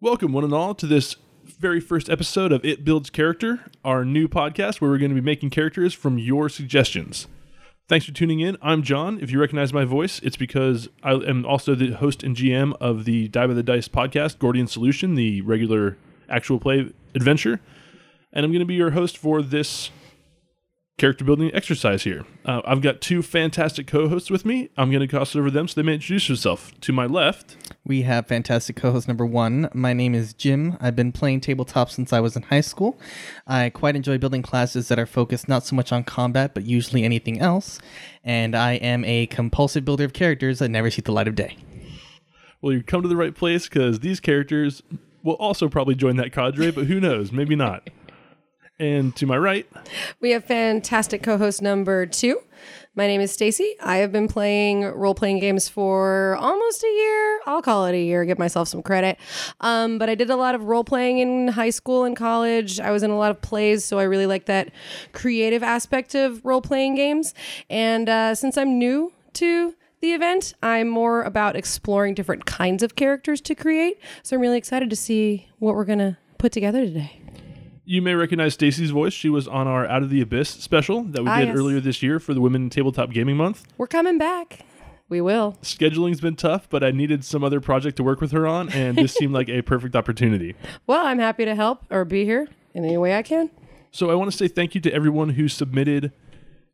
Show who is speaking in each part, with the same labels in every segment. Speaker 1: Welcome, one and all, to this very first episode of It Builds Character, our new podcast where we're going to be making characters from your suggestions. Thanks for tuning in. I'm John. If you recognize my voice, it's because I am also the host and GM of the Die by the Dice podcast, Gordian Solution, the regular actual play adventure. And I'm going to be your host for this character building exercise here. Uh, I've got two fantastic co hosts with me. I'm going to cross it over them so they may introduce themselves. To my left,
Speaker 2: We have fantastic co host number one. My name is Jim. I've been playing tabletop since I was in high school. I quite enjoy building classes that are focused not so much on combat, but usually anything else. And I am a compulsive builder of characters that never see the light of day.
Speaker 1: Well, you come to the right place because these characters will also probably join that cadre, but who knows? Maybe not. And to my right,
Speaker 3: We have fantastic co-host number two. My name is Stacy. I have been playing role-playing games for almost a year. I'll call it a year. Give myself some credit. Um, but I did a lot of role-playing in high school and college. I was in a lot of plays, so I really like that creative aspect of role-playing games. And uh, since I'm new to the event, I'm more about exploring different kinds of characters to create. So I'm really excited to see what we're gonna put together today.
Speaker 1: you may recognize Stacy's voice. She was on our Out of the Abyss special that we
Speaker 3: Ah,
Speaker 1: did
Speaker 3: yes.
Speaker 1: earlier this year for the Women in Tabletop Gaming Month.
Speaker 3: We're coming back. We will.
Speaker 1: Scheduling's been tough, but I needed some other project to work with her on, and this seemed like a perfect opportunity.
Speaker 3: Well, I'm happy to help or be here in any way I can.
Speaker 1: So I want to say thank you to everyone who submitted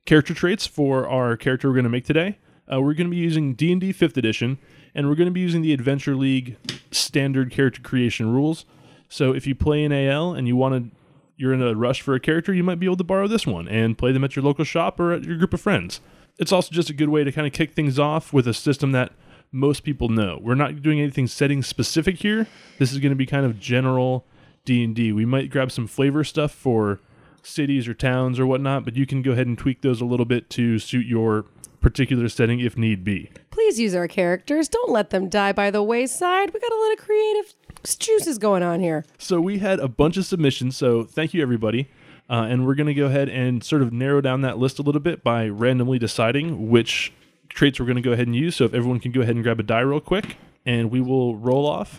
Speaker 1: character traits for our character we're going to make today. Uh, we're going to be using D&D 5th edition and we're going to be using the Adventure League standard character creation rules. So if you play in AL and you want to you're in a rush for a character, you might be able to borrow this one and play them at your local shop or at your group of friends. It's also just a good way to kind of kick things off with a system that most people know. We're not doing anything setting specific here. This is going to be kind of general D&D. We might grab some flavor stuff for cities or towns or whatnot, but you can go ahead and tweak those a little bit to suit your particular setting if need be.
Speaker 3: Please use our characters. Don't let them die by the wayside. We got a lot of creative juices going on here.
Speaker 1: So we had a bunch of submissions, so thank you everybody. Uh, and we're going to go ahead and sort of narrow down that list a little bit by randomly deciding which traits we're going to go ahead and use. So if everyone can go ahead and grab a die real quick, and we will roll off.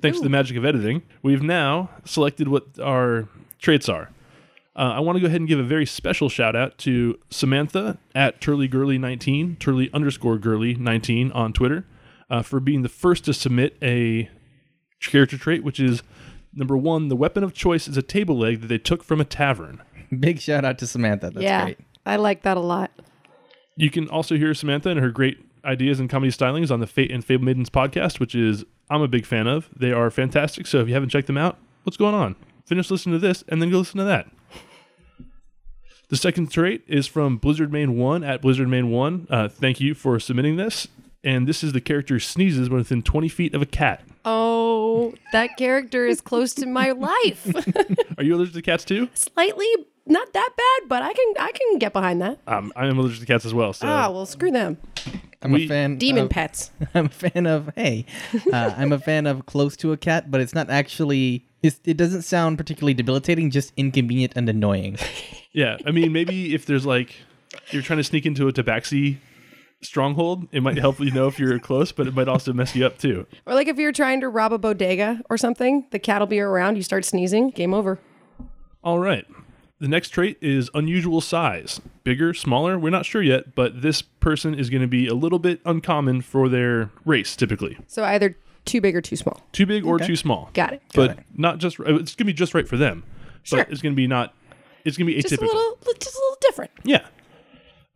Speaker 1: Thanks to the magic of editing, we've now selected what our traits are. Uh, I want to go ahead and give a very special shout out to Samantha at turlygirly19, turly underscore girly19 on Twitter, uh, for being the first to submit a character trait, which is number one, the weapon of choice is a table leg that they took from a tavern.
Speaker 2: Big shout out to Samantha. That's
Speaker 3: yeah,
Speaker 2: great.
Speaker 3: I like that a lot.
Speaker 1: You can also hear Samantha and her great ideas and comedy stylings on the Fate and Fable Maidens podcast, which is I'm a big fan of. They are fantastic. So if you haven't checked them out, what's going on? Finish listening to this and then go listen to that. The second trait is from Blizzard Main 1 at Blizzard Main 1. Uh, thank you for submitting this. And this is the character sneezes when within 20 feet of a cat.
Speaker 3: Oh, that character is close to my life.
Speaker 1: Are you allergic to cats too?
Speaker 3: Slightly not that bad, but I can I can get behind that.
Speaker 1: Um, I'm allergic to cats as well.
Speaker 2: Oh.
Speaker 1: So
Speaker 3: Ah, well, screw them.
Speaker 2: I'm
Speaker 1: We-
Speaker 2: a fan.
Speaker 3: Demon
Speaker 2: of-
Speaker 3: pets.
Speaker 2: I'm a fan of hey, uh, I'm a fan of close to a cat, but it's not actually. It's, it doesn't sound particularly debilitating, just inconvenient and annoying.
Speaker 1: Yeah, I mean, maybe if there's like you're trying to sneak into a Tabaxi stronghold, it might help you know if you're close, but it might also mess you up too.
Speaker 3: Or like if you're trying to rob a bodega or something, the cat will be around. You start sneezing. Game over.
Speaker 1: All right. The next trait is unusual size. Bigger, smaller, we're not sure yet, but this person is going to be a little bit uncommon for their race typically.
Speaker 3: So either too big or too small.
Speaker 1: Too big or too small.
Speaker 3: Got it.
Speaker 1: But not just uh, it's going to be just right for them.
Speaker 3: Sure.
Speaker 1: But it's going to be not it's going to be atypical.
Speaker 3: Just a little, just a little different.
Speaker 1: Yeah.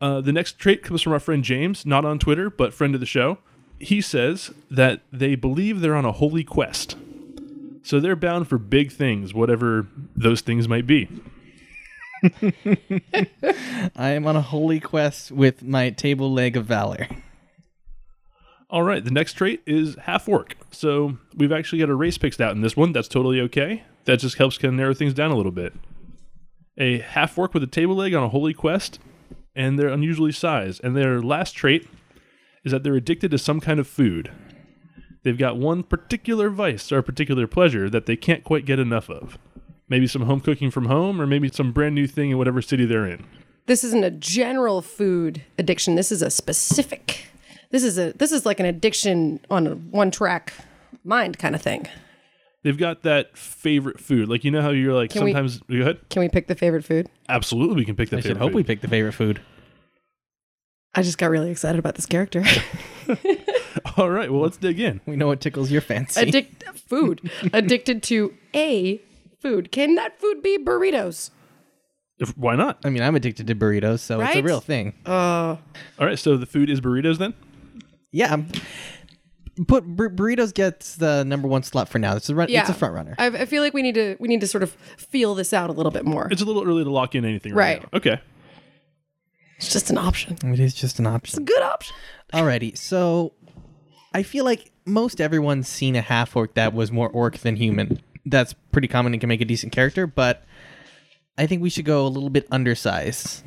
Speaker 1: Uh, the next trait comes from our friend James, not on Twitter, but friend of the show. He says that they believe they're on a holy quest. So they're bound for big things, whatever those things might be.
Speaker 2: I am on a holy quest with my table leg of valor.
Speaker 1: All right, the next trait is half orc. So we've actually got a race picked out in this one. That's totally okay. That just helps kind of narrow things down a little bit. A half orc with a table leg on a holy quest, and they're unusually sized. And their last trait is that they're addicted to some kind of food. They've got one particular vice or particular pleasure that they can't quite get enough of. Maybe some home cooking from home, or maybe some brand new thing in whatever city they're in.
Speaker 3: this isn't a general food addiction. This is a specific. This is a this is like an addiction on a one track mind kind of thing.
Speaker 1: They've got that favorite food. Like you know how you're like
Speaker 3: Can we-
Speaker 1: sometimes go ahead.
Speaker 3: Can we pick the favorite food?
Speaker 1: Absolutely, we can pick that.
Speaker 2: I should
Speaker 1: favorite
Speaker 2: hope
Speaker 1: food.
Speaker 2: we pick the favorite food.
Speaker 3: I just got really excited about this character.
Speaker 1: All right, well let's dig in.
Speaker 2: We know what tickles your fancy.
Speaker 3: Addict food. Addicted to a food. Can that food be burritos?
Speaker 1: If, why not?
Speaker 2: I mean, I'm addicted to burritos, so it's a
Speaker 3: Right?
Speaker 2: real thing.
Speaker 1: All right, so the food is burritos then.
Speaker 2: Yeah. I'm- Put bur- burritos gets the number one slot for now. It's a run- It's a front runner.
Speaker 3: I, I feel like we need to we need to sort of feel this out a little bit more.
Speaker 1: It's a little early to lock in anything right,
Speaker 3: Right.
Speaker 1: now. Okay.
Speaker 3: It's just an option.
Speaker 2: It is just an option.
Speaker 3: Good option.
Speaker 2: Alrighty, so I feel like most everyone's seen a half orc that was more orc than human. That's pretty common and can make a decent character, but I think we should go a little bit undersized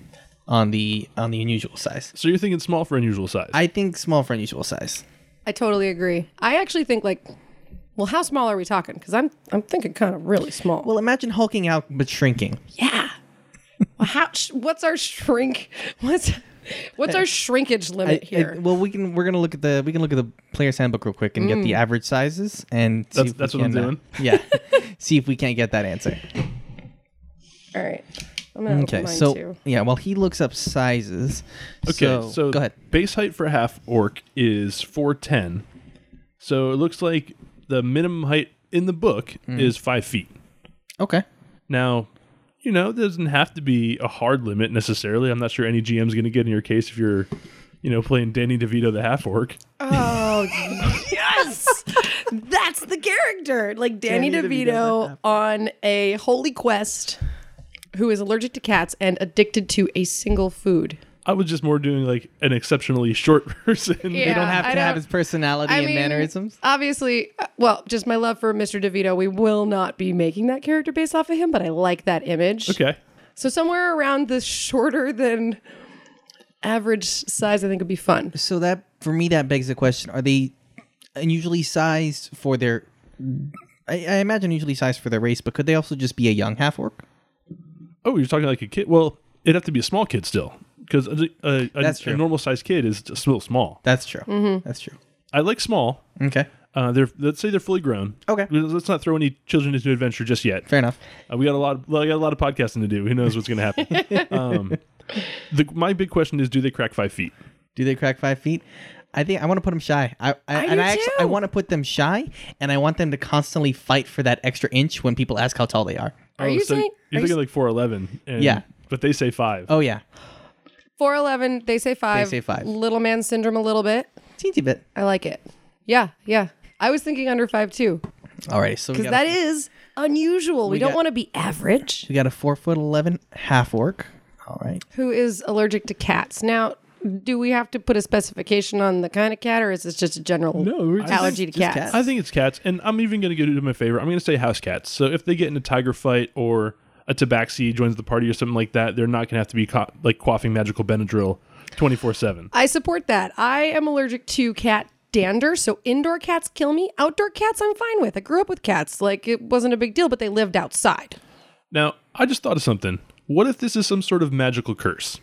Speaker 2: on the on the unusual size.
Speaker 1: So you're thinking small for unusual size.
Speaker 2: I think small for unusual size.
Speaker 3: I totally agree. I actually think like, well, how small are we talking? Because I'm I'm thinking kind of really small.
Speaker 2: Well, imagine hulking out but shrinking.
Speaker 3: yeah. Well, how? Sh- what's our shrink? What's what's our shrinkage
Speaker 2: I-
Speaker 3: limit
Speaker 2: I-
Speaker 3: here?
Speaker 2: well, we can we're gonna look at the we can look at the player's handbook real quick and get
Speaker 3: Mm.
Speaker 2: the average sizes and see
Speaker 1: That's-
Speaker 2: if we
Speaker 1: that's what I'm
Speaker 2: can, uh,
Speaker 1: doing.
Speaker 2: yeah, see if we can't get that answer.
Speaker 3: All right. I'm gonna
Speaker 2: Okay,
Speaker 3: open mine
Speaker 2: so
Speaker 3: too.
Speaker 2: yeah, well, he looks up sizes.
Speaker 1: Okay,
Speaker 2: so,
Speaker 1: so,
Speaker 2: go ahead.
Speaker 1: Base height for half orc is four ten. So it looks like the minimum height in the book is five feet.
Speaker 2: Okay,
Speaker 1: Now, you know, it doesn't have to be a hard limit necessarily. I'm not sure any GM's going to get in your case if you're, you know, playing Danny DeVito the half orc.
Speaker 3: Oh yes, that's the character. Like Danny,
Speaker 2: Danny DeVito.
Speaker 3: DeVito on a holy quest, who is allergic to cats and addicted to a single food.
Speaker 1: I was just more doing like an exceptionally short person.
Speaker 2: they don't
Speaker 3: Yeah,
Speaker 2: have
Speaker 3: I
Speaker 2: to have
Speaker 3: don't-
Speaker 2: his personality and mannerisms.
Speaker 3: Obviously, uh, well, just my love for Mr. DeVito. We will not be making that character based off of him, but I like that image.
Speaker 1: Okay.
Speaker 3: So somewhere around the shorter than average size, I think would be fun.
Speaker 2: So that for me, that begs the question: Are they unusually sized for their? I, I imagine usually sized for their race, but could they also just be a young half orc?
Speaker 1: Oh, you're talking like a kid. Well, it'd have to be a small kid still because a, a, a,
Speaker 2: That's true.
Speaker 1: normal sized kid is just still small.
Speaker 2: That's true.
Speaker 3: Mm-hmm.
Speaker 2: That's true.
Speaker 1: I like small.
Speaker 2: Okay,
Speaker 1: Uh, they're let's say they're fully grown.
Speaker 2: Okay.
Speaker 1: Let's not throw any children into adventure just yet.
Speaker 2: fair enough.
Speaker 1: Uh, we got a lot. Of, well, I got a lot of podcasting to do. Who knows what's going to happen? um, the, my big question is, do they crack five feet?
Speaker 2: Do they crack five feet? I think I want to put them shy. I, I,
Speaker 3: I
Speaker 2: and
Speaker 3: do
Speaker 2: I actually I
Speaker 3: too.
Speaker 2: want to put them shy, and I want them to constantly fight for that extra inch when people ask how tall they are.
Speaker 3: Are you
Speaker 1: Oh, so
Speaker 3: saying
Speaker 1: you're
Speaker 3: are you
Speaker 1: thinking like four eleven?
Speaker 2: Yeah.
Speaker 1: but they say five.
Speaker 2: Oh yeah,
Speaker 3: four eleven? They say five.
Speaker 2: say five.
Speaker 3: Little man syndrome a little bit.
Speaker 2: teensy bit.
Speaker 3: I like it. Yeah, yeah. I was thinking under five too
Speaker 2: All right, so we
Speaker 3: because
Speaker 2: got,
Speaker 3: that
Speaker 2: a,
Speaker 3: is unusual. We, don't
Speaker 2: got-
Speaker 3: want to be average.
Speaker 2: we got a four foot eleven half orc. All right,
Speaker 3: Who is allergic to cats? Now, do we have to put a specification on the kind of cat, or is this just a general
Speaker 1: No, we're just-
Speaker 3: allergy to
Speaker 2: Just
Speaker 3: cats?
Speaker 2: cats.
Speaker 1: I think it's cats, and I'm even going to give them a favor. I'm going to say house cats. So if they get in a tiger fight or a tabaxi joins the party or something like that, they're not going to have to be co- like quaffing magical Benadryl twenty four seven.
Speaker 3: I support that. I am allergic to cat dander, so indoor cats kill me. Outdoor cats, I'm fine with. I grew up with cats; like it wasn't a big deal, but they lived outside.
Speaker 1: Now, I just thought of something. What if this is some sort of magical curse?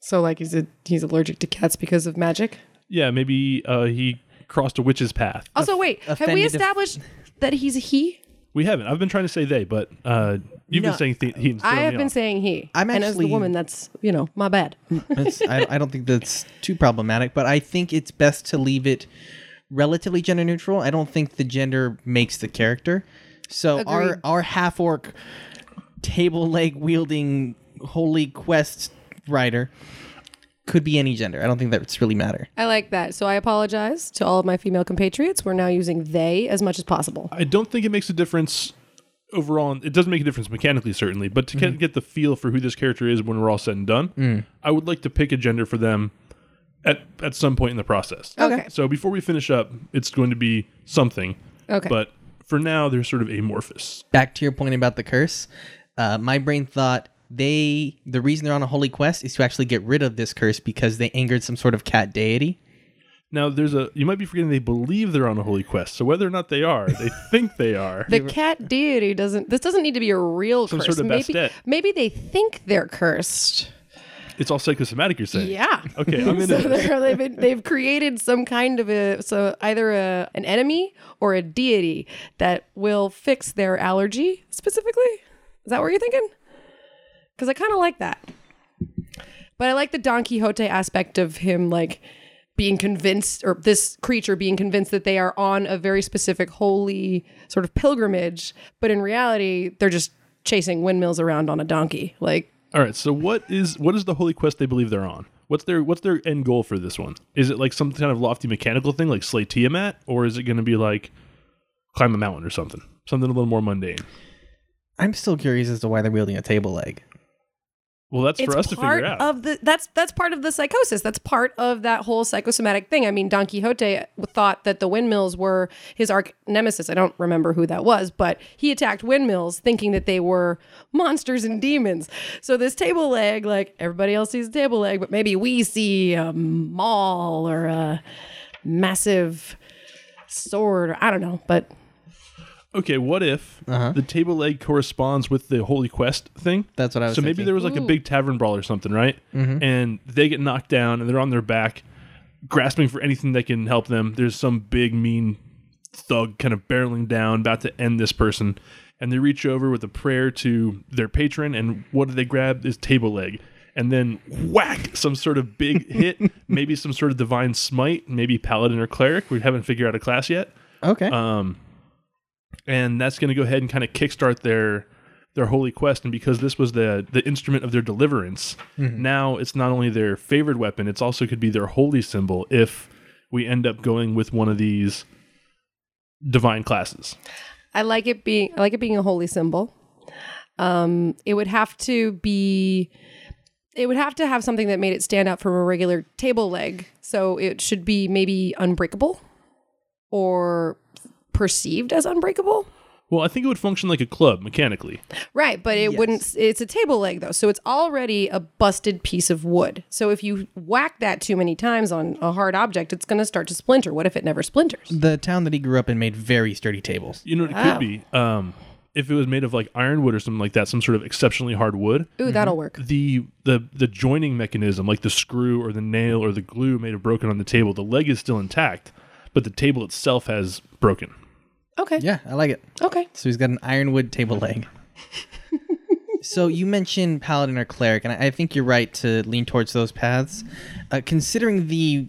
Speaker 3: So, like, he's a, he's allergic to cats because of magic.
Speaker 1: Yeah, maybe uh, he crossed a witch's path.
Speaker 3: Also, wait, have
Speaker 2: offended
Speaker 3: we
Speaker 2: if-
Speaker 3: established that he's a he?
Speaker 1: We haven't. I've been trying to say they, but uh, you've
Speaker 2: No.
Speaker 1: been saying th- he. and
Speaker 3: I
Speaker 1: throwing
Speaker 3: have
Speaker 1: me
Speaker 3: been
Speaker 1: off.
Speaker 3: saying he.
Speaker 2: I'm
Speaker 3: and as the
Speaker 2: actually-
Speaker 3: woman, that's you know my bad.
Speaker 2: That's- I, I don't think that's too problematic, but I think it's best to leave it relatively gender neutral. I don't think the gender makes the character. So
Speaker 3: Agreed.
Speaker 2: our our half orc table leg wielding holy quest rider could be any gender. I don't think that's really matter.
Speaker 3: I like that. So I apologize to all of my female compatriots. We're now using they as much as possible.
Speaker 1: I don't think it makes a difference overall. It doesn't make a difference mechanically, certainly, but to kind
Speaker 3: Mm-hmm.
Speaker 1: of get the feel for who this character is when we're all said and done,
Speaker 3: Mm.
Speaker 1: I would like to pick a gender for them at at some point in the process.
Speaker 3: Okay.
Speaker 1: So before we finish up, it's going to be something.
Speaker 3: Okay.
Speaker 1: But for now, they're sort of amorphous.
Speaker 2: Back to your point about the curse, uh, my brain thought they the reason they're on a holy quest is to actually get rid of this curse because they angered some sort of cat deity.
Speaker 1: Now, there's a you might be forgetting they believe they're on a holy quest. So whether or not they are, they think they are.
Speaker 3: The cat deity doesn't. This doesn't need to be a real
Speaker 1: Some
Speaker 3: curse.
Speaker 1: sort of
Speaker 3: maybe,
Speaker 1: Bastet.
Speaker 3: maybe they think they're cursed.
Speaker 1: It's all psychosomatic. You're saying.
Speaker 3: Yeah.
Speaker 1: Okay, I'm
Speaker 3: so
Speaker 1: into
Speaker 3: they're- they've, been, they've created some kind of a so either a, an enemy or a deity that will fix their allergy specifically. Is that what you're thinking? Because I kind of like that, but I like the Don Quixote aspect of him like being convinced or this creature being convinced that they are on a very specific holy sort of pilgrimage, but in reality they're just chasing windmills around on a donkey. Like
Speaker 1: All right. So what is what is the holy quest they believe they're on? What's their what's their end goal for this one? Is it like some kind of lofty mechanical thing like slay Tiamat, or is it going to be like climb a mountain or something? Something a little more mundane.
Speaker 2: I'm still curious as to why they're wielding a table leg.
Speaker 1: Well, that's for us to
Speaker 3: part
Speaker 1: figure out.
Speaker 3: of the that's that's part of the psychosis. That's part of that whole psychosomatic thing. I mean, Don Quixote thought that the windmills were his arch nemesis. I don't remember who that was, but he attacked windmills thinking that they were monsters and demons. So this table leg, like everybody else sees a table leg, but maybe we see a maul or a massive sword. Or, I don't know, but
Speaker 1: okay, what if the table leg corresponds with the holy quest thing?
Speaker 2: That's what I was
Speaker 1: So maybe
Speaker 2: thinking. Mm-hmm.
Speaker 1: there was like a big tavern brawl or something, right? And they get knocked down and they're on their back, grasping for anything that can help them. There's some big mean thug kind of barreling down, about to end this person. And they reach over with a prayer to their patron, and what do they grab? Is table leg. And then whack, some sort of big hit, maybe some sort of divine smite, maybe paladin or cleric. We haven't figured out a class yet
Speaker 2: Okay.
Speaker 1: and that's going to go ahead and kind of kickstart their their holy quest. And because this was the the instrument of their deliverance, now it's not only their favored weapon; it's also could be their holy symbol if we end up going with one of these divine classes.
Speaker 3: I like it being I like it being a holy symbol. Um, it would have to be it would have to have something that made it stand out from a regular table leg. So it should be maybe unbreakable or perceived as unbreakable.
Speaker 1: Well, I think it would function like a club mechanically.
Speaker 3: Right, but it wouldn't it's a table leg though. So it's already a busted piece of wood. So if you whack that too many times on a hard object, it's going to start to splinter. What if it never splinters?
Speaker 2: the town that he grew up in made very sturdy tables.
Speaker 1: You know what it could be? Um, if it was made of like ironwood or something like that, some sort of exceptionally hard wood,
Speaker 3: Ooh, that'll work.
Speaker 1: the the the joining mechanism, like the screw or the nail or the glue may have broken on the table. The leg is still intact, but the table itself has broken.
Speaker 3: Okay.
Speaker 2: Yeah, I like it.
Speaker 3: Okay.
Speaker 2: So he's got an ironwood table leg. so you mentioned paladin or cleric, and I I think you're right to lean towards those paths. Uh, considering the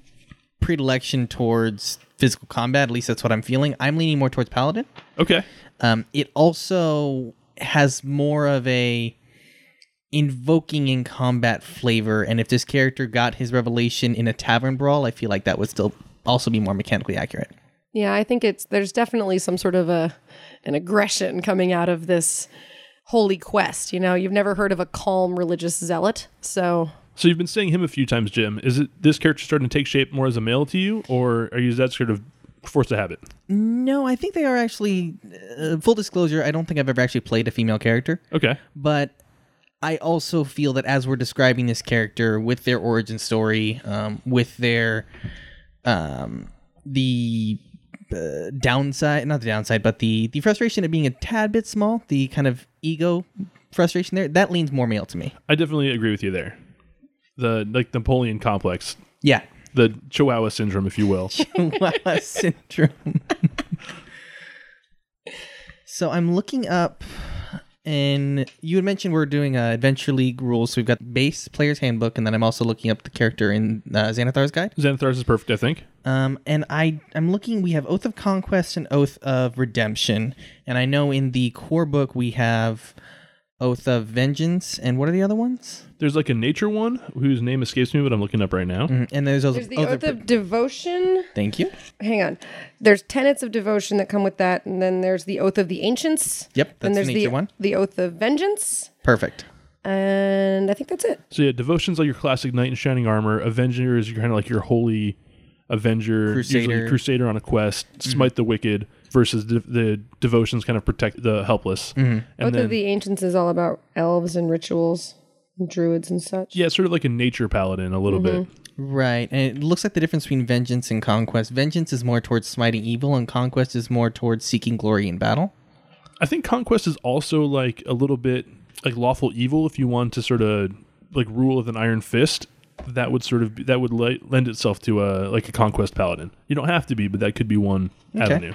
Speaker 2: predilection towards physical combat, at least that's what I'm feeling. I'm leaning more towards paladin.
Speaker 1: Okay.
Speaker 2: Um, it also has more of a invoking in combat flavor, and if this character got his revelation in a tavern brawl, I feel like that would still also be more mechanically accurate.
Speaker 3: Yeah, I think it's there's definitely some sort of a an aggression coming out of this holy quest. You know, you've never heard of a calm religious zealot, so
Speaker 1: So you've been saying him a few times, Jim. Is it this character starting to take shape more as a male to you, or are you is that sort of forced to habit?
Speaker 2: No, I think they are actually. Uh, full disclosure, I don't think I've ever actually played a female character,
Speaker 1: Okay.
Speaker 2: but I also feel that as we're describing this character with their origin story, um, with their um, the uh, downside, not the downside, but the the frustration of being a tad bit small, the kind of ego frustration there, that leans more male to me.
Speaker 1: I definitely agree with you there. The like Napoleon complex,
Speaker 2: Yeah,
Speaker 1: the Chihuahua syndrome, if you will.
Speaker 2: Chihuahua syndrome. so I'm looking up, and you had mentioned we're doing uh, Adventure League rules. So we've got base player's handbook, and then I'm also looking up the character in uh, Xanathar's Guide.
Speaker 1: Xanathars is perfect, I think.
Speaker 2: Um, and I I'm looking. We have Oath of Conquest and Oath of Redemption, and I know in the core book we have Oath of Vengeance, and what are the other ones?
Speaker 1: There's like a nature one whose name escapes me, but I'm looking up right now.
Speaker 2: Mm, And there's, also
Speaker 3: there's the oath of devotion.
Speaker 2: Thank you.
Speaker 3: Hang on. There's tenets of devotion that come with that, and then there's the oath of the ancients.
Speaker 2: Yep,
Speaker 3: Then
Speaker 2: that's
Speaker 3: there's
Speaker 2: an
Speaker 3: the
Speaker 2: ancient one.
Speaker 3: the oath of vengeance,
Speaker 2: Perfect.
Speaker 3: and I think that's it.
Speaker 1: So yeah, devotion's like your classic knight in shining armor. Avenger is kind of like your holy avenger, usually
Speaker 2: Crusader.
Speaker 1: crusader on a quest, smite the wicked. Versus de- the devotions kind of protect the helpless. And
Speaker 3: oath
Speaker 1: then
Speaker 3: of the ancients is all about elves and rituals, and druids and such.
Speaker 1: yeah, sort of like a nature paladin a little bit.
Speaker 2: Right. And it looks like the difference between vengeance and conquest. Vengeance is more towards smiting evil, and conquest is more towards seeking glory in battle.
Speaker 1: I think conquest is also like a little bit like lawful evil if you want to sort of like rule with an iron fist, that would sort of be, that would li- lend itself to a like a conquest paladin. You don't have to be, but that could be one avenue.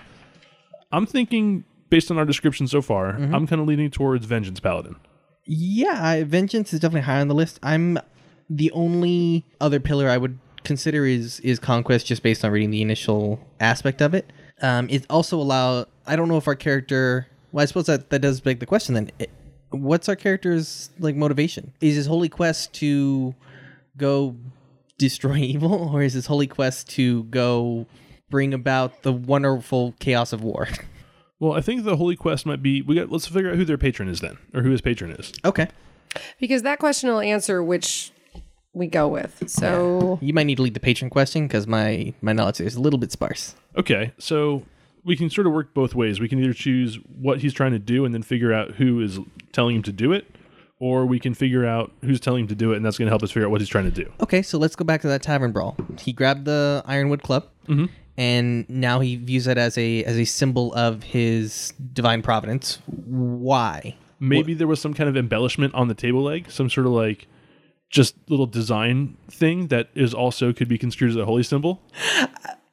Speaker 1: I'm thinking based on our description so far, I'm kind of leaning towards vengeance paladin.
Speaker 2: Yeah, I, vengeance is definitely high on the list. I'm the only other pillar I would consider is is conquest, just based on reading the initial aspect of it. Um, it also allow. I don't know if our character. Well, I suppose that that does beg the question then. It- what's our character's like motivation? Is his holy quest to go destroy evil, or is his holy quest to go bring about the wonderful chaos of war?
Speaker 1: Well, I think the holy quest might be we got let's figure out who their patron is then or who his patron is.
Speaker 2: okay,
Speaker 3: because that question will answer which we go with. So
Speaker 2: you might need to lead the patron question because my my knowledge is a little bit sparse.
Speaker 1: Okay, so we can sort of work both ways. We can either choose what he's trying to do and then figure out who is telling him to do it, or we can figure out who's telling him to do it, and that's going to help us figure out what he's trying to do.
Speaker 2: Okay, so let's go back to that tavern brawl. He grabbed the Ironwood Club, and now he views it as a as a symbol of his divine providence. Why?
Speaker 1: Maybe there was some kind of embellishment on the table leg, some sort of like just little design thing that is also could be construed as a holy symbol.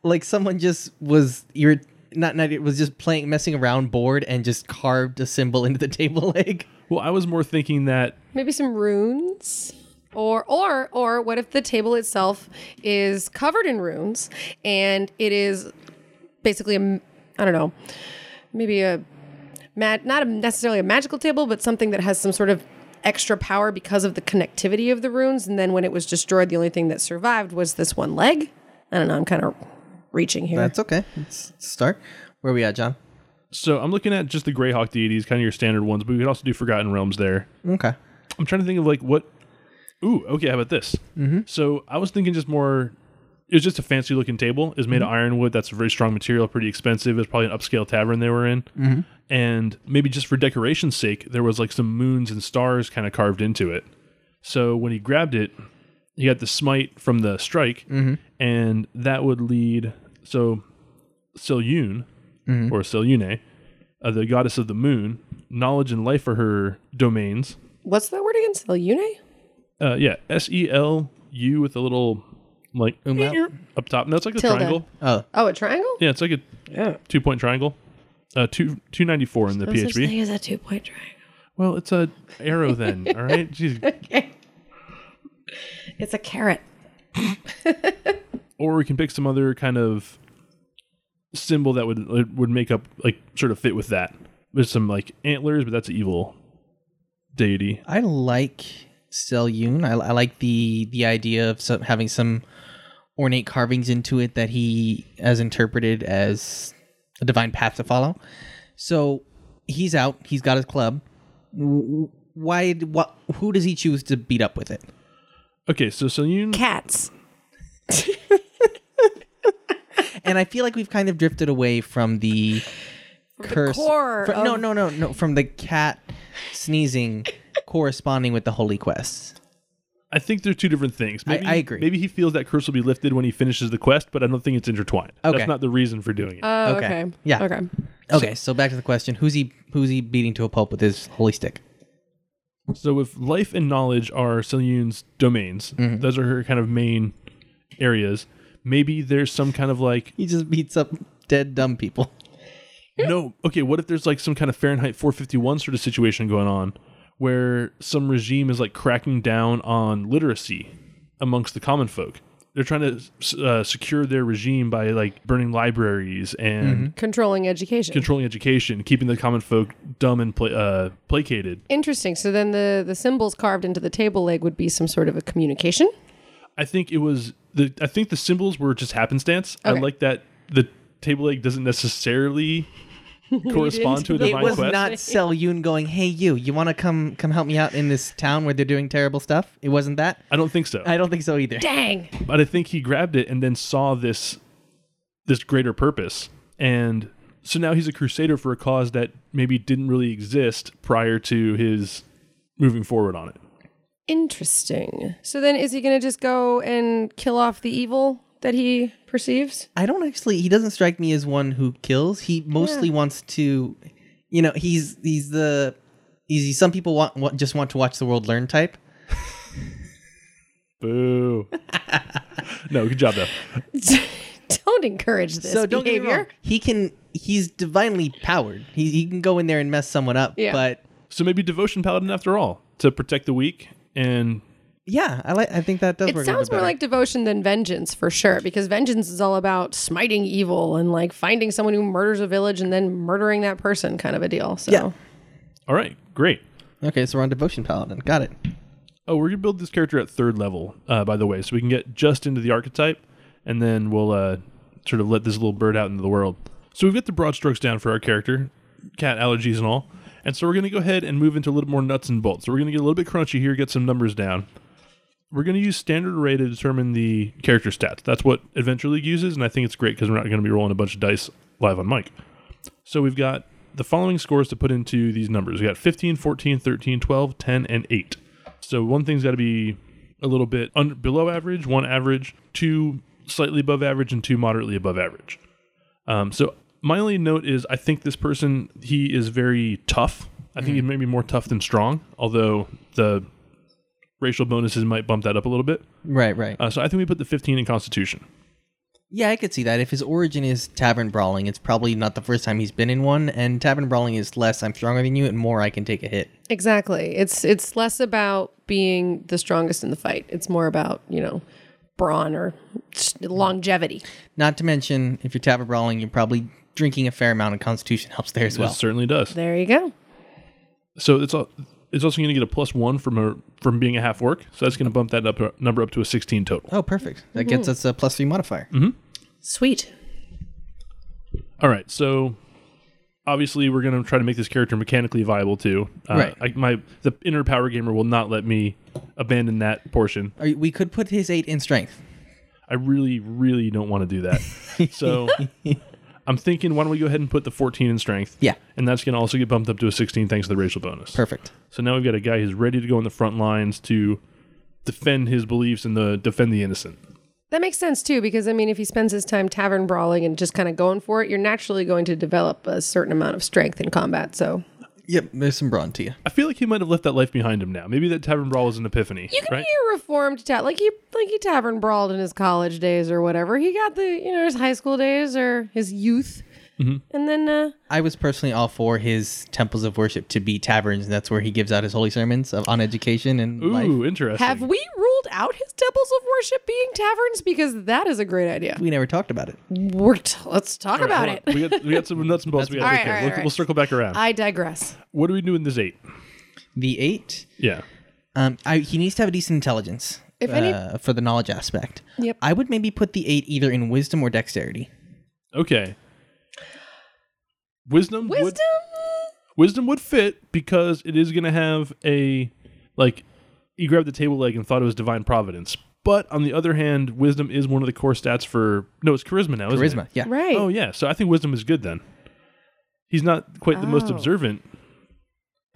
Speaker 2: Like someone just was irrit- not not it was just playing messing around bored and just carved a symbol into the table leg.
Speaker 1: Well, I was more thinking that
Speaker 3: maybe some runes. Or, or or what if the table itself is covered in runes and it is basically a m- I don't know maybe a ma- not a, necessarily a magical table but something that has some sort of extra power because of the connectivity of the runes and then when it was destroyed the only thing that survived was this one leg I don't know I'm kind of reaching here
Speaker 2: That's okay. Let's start. Where we at, John?
Speaker 1: so I'm looking at just the Greyhawk deities, kind of your standard ones, but we could also do Forgotten Realms there.
Speaker 2: Okay.
Speaker 1: I'm trying to think of like what. Ooh, okay. How about this? Mm-hmm. So I was thinking just more. It was just a fancy looking table. It was made of ironwood. That's a very strong material, pretty expensive. It was probably an upscale tavern they were in. Mm-hmm. And maybe just for decoration's sake, there was like some moons and stars kind of carved into it. So when he grabbed it, he got the smite from the strike, and that would lead. So Selyune, or Selyune, uh, the goddess of the moon, knowledge and life are her domains
Speaker 3: what's that word again Selune
Speaker 1: uh, yeah, S E L U with a little like
Speaker 2: Umlaut?
Speaker 1: up top. No, it's like a
Speaker 3: Tilde.
Speaker 1: triangle.
Speaker 2: Oh,
Speaker 3: oh a triangle
Speaker 1: Yeah, it's like a
Speaker 3: yeah
Speaker 1: two point triangle. Uh, two two ninety four in the
Speaker 3: no such
Speaker 1: PHP.
Speaker 3: thing as a two point triangle
Speaker 1: Well, it's a arrow then. all right, Jeez.
Speaker 3: it's a carrot
Speaker 1: or we can pick some other kind of symbol that would that would make up like sort of fit with that. There's some like antlers, but that's an evil deity.
Speaker 2: I like Selyun. I, I like the the idea of some, having some ornate carvings into it that he has interpreted as a divine path to follow. So he's out. He's got his club. W- w- Why? What? Who does he choose to beat up with it?
Speaker 1: Okay, so Selyun.
Speaker 3: cats
Speaker 2: And I feel like we've kind of drifted away from the curse.
Speaker 3: core
Speaker 2: fr- no,
Speaker 3: of-
Speaker 2: no, no, no. From the cat sneezing corresponding with the holy quest.
Speaker 1: I think they're two different things. Maybe,
Speaker 2: I agree.
Speaker 1: Maybe he feels that curse will be lifted when he finishes the quest, but I don't think it's intertwined.
Speaker 2: Okay.
Speaker 1: That's not the reason for doing it.
Speaker 3: Oh,
Speaker 2: Okay.
Speaker 3: okay.
Speaker 2: Yeah.
Speaker 3: Okay.
Speaker 2: Okay, so back to the question: Who's he? Who's he beating to a pulp with his holy stick?
Speaker 1: So if life and knowledge are Selyun's domains, those are her kind of main areas. Maybe there's some kind of like
Speaker 2: He just beats up dead dumb people.
Speaker 1: no, okay, what if there's like some kind of Fahrenheit 451 sort of situation going on where some regime is like cracking down on literacy amongst the common folk. They're trying to uh, secure their regime by like burning libraries and
Speaker 3: Controlling education.
Speaker 1: controlling education, keeping the common folk dumb and pla- uh, placated.
Speaker 3: Interesting. So then the the symbols carved into the table leg would be some sort of a communication.
Speaker 1: I think it was the I think the symbols were just happenstance. I
Speaker 3: Okay.
Speaker 1: like that the table leg doesn't necessarily correspond to a
Speaker 3: into the-
Speaker 2: It
Speaker 1: divine
Speaker 2: was
Speaker 1: quest.
Speaker 2: not Sel Yoon going, "Hey, you, you want to come come help me out in this town where they're doing terrible stuff?" It wasn't that.
Speaker 1: I don't think so.
Speaker 2: I don't think so either.
Speaker 3: Dang.
Speaker 1: but I think he grabbed it and then saw this this greater purpose. And so now he's a crusader for a cause that maybe didn't really exist prior to his moving forward on it.
Speaker 3: Interesting. So then is he going to just go and kill off the evil that he perceives?
Speaker 2: I don't actually. He doesn't strike me as one who kills. He mostly wants to, you know, he's he's the he's some people want, want just want to watch the world learn type.
Speaker 1: Boo. no, good job though.
Speaker 3: don't encourage this
Speaker 2: so don't get me wrong.
Speaker 3: behavior.
Speaker 2: He can. He's divinely powered. He, he can go in there and mess someone up.
Speaker 3: Yeah.
Speaker 2: But
Speaker 1: So maybe devotion paladin after all to protect the weak and
Speaker 2: yeah, I like. I think that does.
Speaker 3: It
Speaker 2: work a little
Speaker 3: sounds
Speaker 2: bit
Speaker 3: more
Speaker 2: better.
Speaker 3: like devotion than vengeance for sure, because vengeance is all about smiting evil and like finding someone who murders a village and then murdering that person kind of a deal. So
Speaker 2: Yeah.
Speaker 1: all right, great.
Speaker 2: Okay, so we're on devotion paladin. Got it.
Speaker 1: Oh, we're gonna build this character at third level, uh, by the way, so we can get just into the archetype, and then we'll uh, sort of let this little bird out into the world. So we've got the broad strokes down for our character, cat allergies and all, and so we're gonna go ahead and move into a little more nuts and bolts. So we're gonna get a little bit crunchy here, get some numbers down. We're gonna use standard array to determine the character stats. That's what Adventure League uses, and I think it's great because we're not gonna be rolling a bunch of dice live on mic. So we've got the following scores to put into these numbers. We got 15, 14, 13, 12, 10, and 8. So one thing's got to be a little bit under, below average, one average, two slightly above average, and two moderately above average. Um, so my only note is I think this person, he is very tough. I think he may be more tough than strong, although the racial bonuses might bump that up a little bit.
Speaker 2: Right, right.
Speaker 1: Uh, so I think we put the 15 in Constitution.
Speaker 2: yeah, I could see that. If his origin is tavern brawling, it's probably not the first time he's been in one. And tavern brawling is less I'm stronger than you, and more I can take a hit.
Speaker 3: exactly. It's it's less about being the strongest in the fight. It's more about you know brawn or s- longevity.
Speaker 2: Not to mention, if you're tavern brawling, you're probably drinking a fair amount, and Constitution helps there as
Speaker 1: it
Speaker 2: well.
Speaker 1: certainly does.
Speaker 3: There you go.
Speaker 1: So it's al- it's also going to get a plus one from a from being a half orc. So that's going to bump that up, number up to a sixteen total.
Speaker 2: Oh, perfect. That gets us a plus three modifier.
Speaker 1: Mm-hmm.
Speaker 3: Sweet.
Speaker 1: All right. So obviously we're going to try to make this character mechanically viable too. Uh,
Speaker 2: Right.
Speaker 1: I, my the inner power gamer will not let me abandon that portion.
Speaker 2: Or We could put his eight in strength.
Speaker 1: I really really don't want to do that. so I'm thinking why don't we go ahead and put the fourteen in strength?
Speaker 2: Yeah.
Speaker 1: And that's going to also get bumped up to a sixteen thanks to the racial bonus.
Speaker 2: Perfect.
Speaker 1: So now we've got a guy who's ready to go on the front lines to defend his beliefs and the defend the innocent.
Speaker 3: That makes sense too, because I mean, if he spends his time tavern brawling and just kind of going for it, you're naturally going to develop a certain amount of strength in combat. So
Speaker 2: Yep, there's some brawn to you.
Speaker 1: I feel like he might have left that life behind him now. Maybe that tavern brawl was an epiphany,
Speaker 3: you can
Speaker 1: right?
Speaker 3: be a reformed ta- like he like he tavern brawled in his college days or whatever. He got the you know his high school days or his youth, and then uh,
Speaker 2: I was personally all for his temples of worship to be taverns, and that's where he gives out his holy sermons of, on education and life.
Speaker 1: Ooh, interesting.
Speaker 3: have we ruled out his temples of worship being taverns? Because that is a great idea.
Speaker 2: We never talked about it.
Speaker 3: We're t- let's talk
Speaker 1: All
Speaker 3: about
Speaker 1: right,
Speaker 3: it.
Speaker 1: hold on. We got, we got some nuts and bolts. we got to
Speaker 3: All
Speaker 1: take
Speaker 3: right,
Speaker 1: care.
Speaker 3: all
Speaker 1: of.
Speaker 3: right,
Speaker 1: we'll,
Speaker 3: all
Speaker 1: we'll
Speaker 3: right.
Speaker 1: circle back around.
Speaker 3: I digress.
Speaker 1: what do we do in this eight?
Speaker 2: The eight,
Speaker 1: Yeah,
Speaker 2: um, I, he needs to have a decent intelligence
Speaker 3: If any-
Speaker 2: uh, for the knowledge aspect.
Speaker 3: Yep.
Speaker 2: I would maybe put the eight either in wisdom or dexterity.
Speaker 1: okay. Wisdom,
Speaker 3: Wisdom.
Speaker 1: would wisdom would fit because it is going to have a like he grabbed the table leg and thought it was divine providence. But on the other hand, wisdom is one of the core stats for no, it's charisma now. Isn't
Speaker 2: Charisma,
Speaker 1: it?
Speaker 2: yeah.
Speaker 3: Right.
Speaker 1: Oh yeah, so I think wisdom is good then. He's not quite the most
Speaker 3: Oh.
Speaker 1: observant.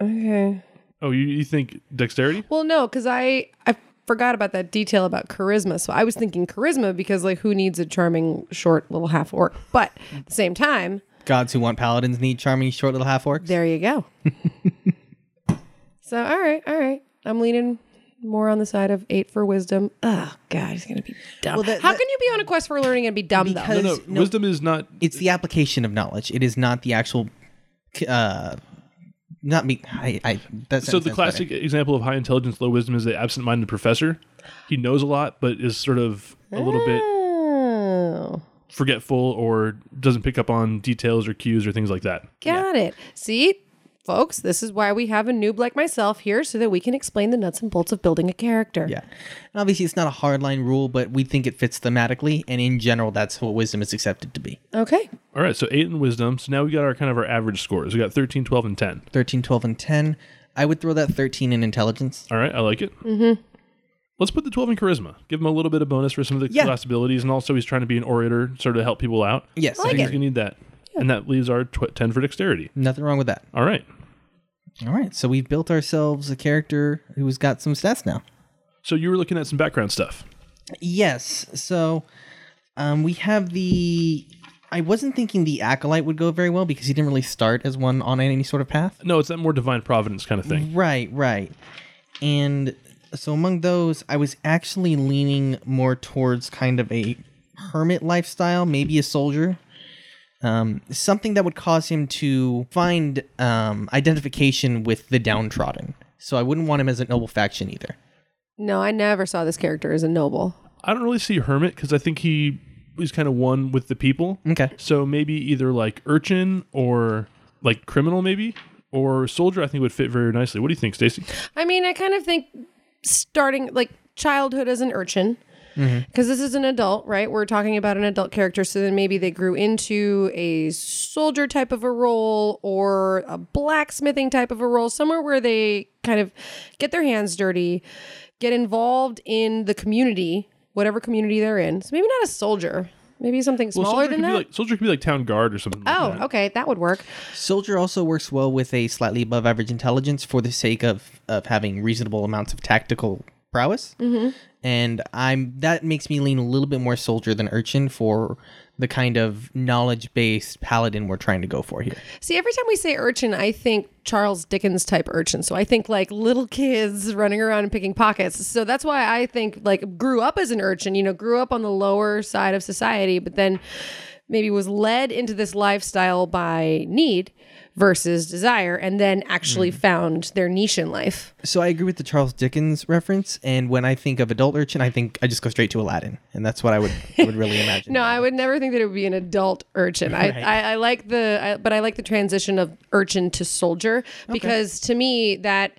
Speaker 3: Okay.
Speaker 1: Oh, you, you think dexterity?
Speaker 3: Well, no, because I I forgot about that detail about charisma. So I was thinking charisma because like who needs a charming short little half orc? But at the same time,
Speaker 2: Gods who want paladins need charming, short little half orcs.
Speaker 3: there you go. so all right, all right. I'm leaning more on the side of eight for wisdom. Oh God, he's gonna be dumb.
Speaker 2: Well, that-
Speaker 3: How
Speaker 2: that-
Speaker 3: can you be on a quest for learning and be dumb
Speaker 2: Because-
Speaker 3: though?
Speaker 1: No,
Speaker 2: No.
Speaker 1: wisdom is not.
Speaker 2: It's the application of knowledge. It is not the actual. Uh, not me. I. I that
Speaker 1: So
Speaker 2: sentence
Speaker 1: the
Speaker 2: sounds
Speaker 1: classic example of high intelligence, low wisdom is the absent-minded professor. He knows a lot, but is sort of a little bit
Speaker 3: Ah. Oh,
Speaker 1: forgetful or doesn't pick up on details or cues or things like that.
Speaker 3: got it. See. Folks, this is why we have a noob like myself here so that we can explain the nuts and bolts of building a character.
Speaker 2: Yeah. And obviously, it's not a hardline rule, but we think it fits thematically. And in general, that's what wisdom is accepted to be
Speaker 3: Okay.
Speaker 1: All right, so eight in wisdom. So now we got our kind of our average scores. We got 13, 12, and 10.
Speaker 2: 13, 12, and 10. I would throw that 13 in intelligence.
Speaker 1: All right, I like it. Mm-hmm. Let's put the 12 in charisma. Give him a little bit of bonus for some of the
Speaker 2: Yeah.
Speaker 1: class abilities, and also he's trying to be an orator, sort of help people out.
Speaker 2: Yes.
Speaker 1: He's
Speaker 3: like
Speaker 2: agree.
Speaker 1: going to need that. And that leaves our tw- 10 for dexterity.
Speaker 2: Nothing wrong with that.
Speaker 1: All right.
Speaker 2: All right. So we've built ourselves a character who's got some stats now.
Speaker 1: So you were looking at some background stuff.
Speaker 2: Yes. So um, we have the. I wasn't thinking the acolyte would go very well because he didn't really start as one on any sort of path.
Speaker 3: Mm-hmm.
Speaker 1: No, it's that more divine providence kind of thing.
Speaker 2: Right, right. And So among those, I was actually leaning more towards kind of a hermit lifestyle, maybe a soldier. Um, something that would cause him to find um, identification with the downtrodden. So I wouldn't want him as a noble faction either.
Speaker 3: No, I never saw this character as a noble.
Speaker 1: I don't really see hermit because I think he is kind of one with the people.
Speaker 3: Mm.
Speaker 2: Okay.
Speaker 1: So maybe either like urchin or like criminal, maybe or soldier. I think would fit very nicely. What do you think, Stacy?
Speaker 3: I mean, I kind of think starting like childhood as an urchin,
Speaker 1: Mm-hmm.
Speaker 3: because this is an adult, right? We're talking about an adult character. So then maybe they grew into a soldier type of a role or a blacksmithing type of a role, somewhere where they kind of get their hands dirty, get involved in the community, whatever community they're in. So maybe not a soldier, maybe something smaller
Speaker 1: soldier
Speaker 3: than
Speaker 1: could
Speaker 3: that.
Speaker 1: be like soldier could be like town guard or something. like
Speaker 3: oh,
Speaker 1: that.
Speaker 3: okay, that would work.
Speaker 2: Soldier also works well with a slightly above average intelligence for the sake of, of having reasonable amounts of tactical prowess. Mm-hmm. And I'm that makes me lean a little bit more soldier than urchin for the kind of knowledge based paladin we're trying to go for here.
Speaker 3: See, every time we say urchin, I think Charles Dickens type urchin. So I think like little kids running around and picking pockets. So that's why I think like grew up as an urchin, you know, grew up on the lower side of society, but then maybe was led into this lifestyle by need versus desire and then actually found their niche in life.
Speaker 2: So I agree with the Charles Dickens reference, and when I think of adult urchin, I think I just go straight to Aladdin, and that's what I would would really imagine.
Speaker 3: No, I would never think that it would be an adult urchin. I, I, I like the, I, but I like the transition of urchin to soldier because to me that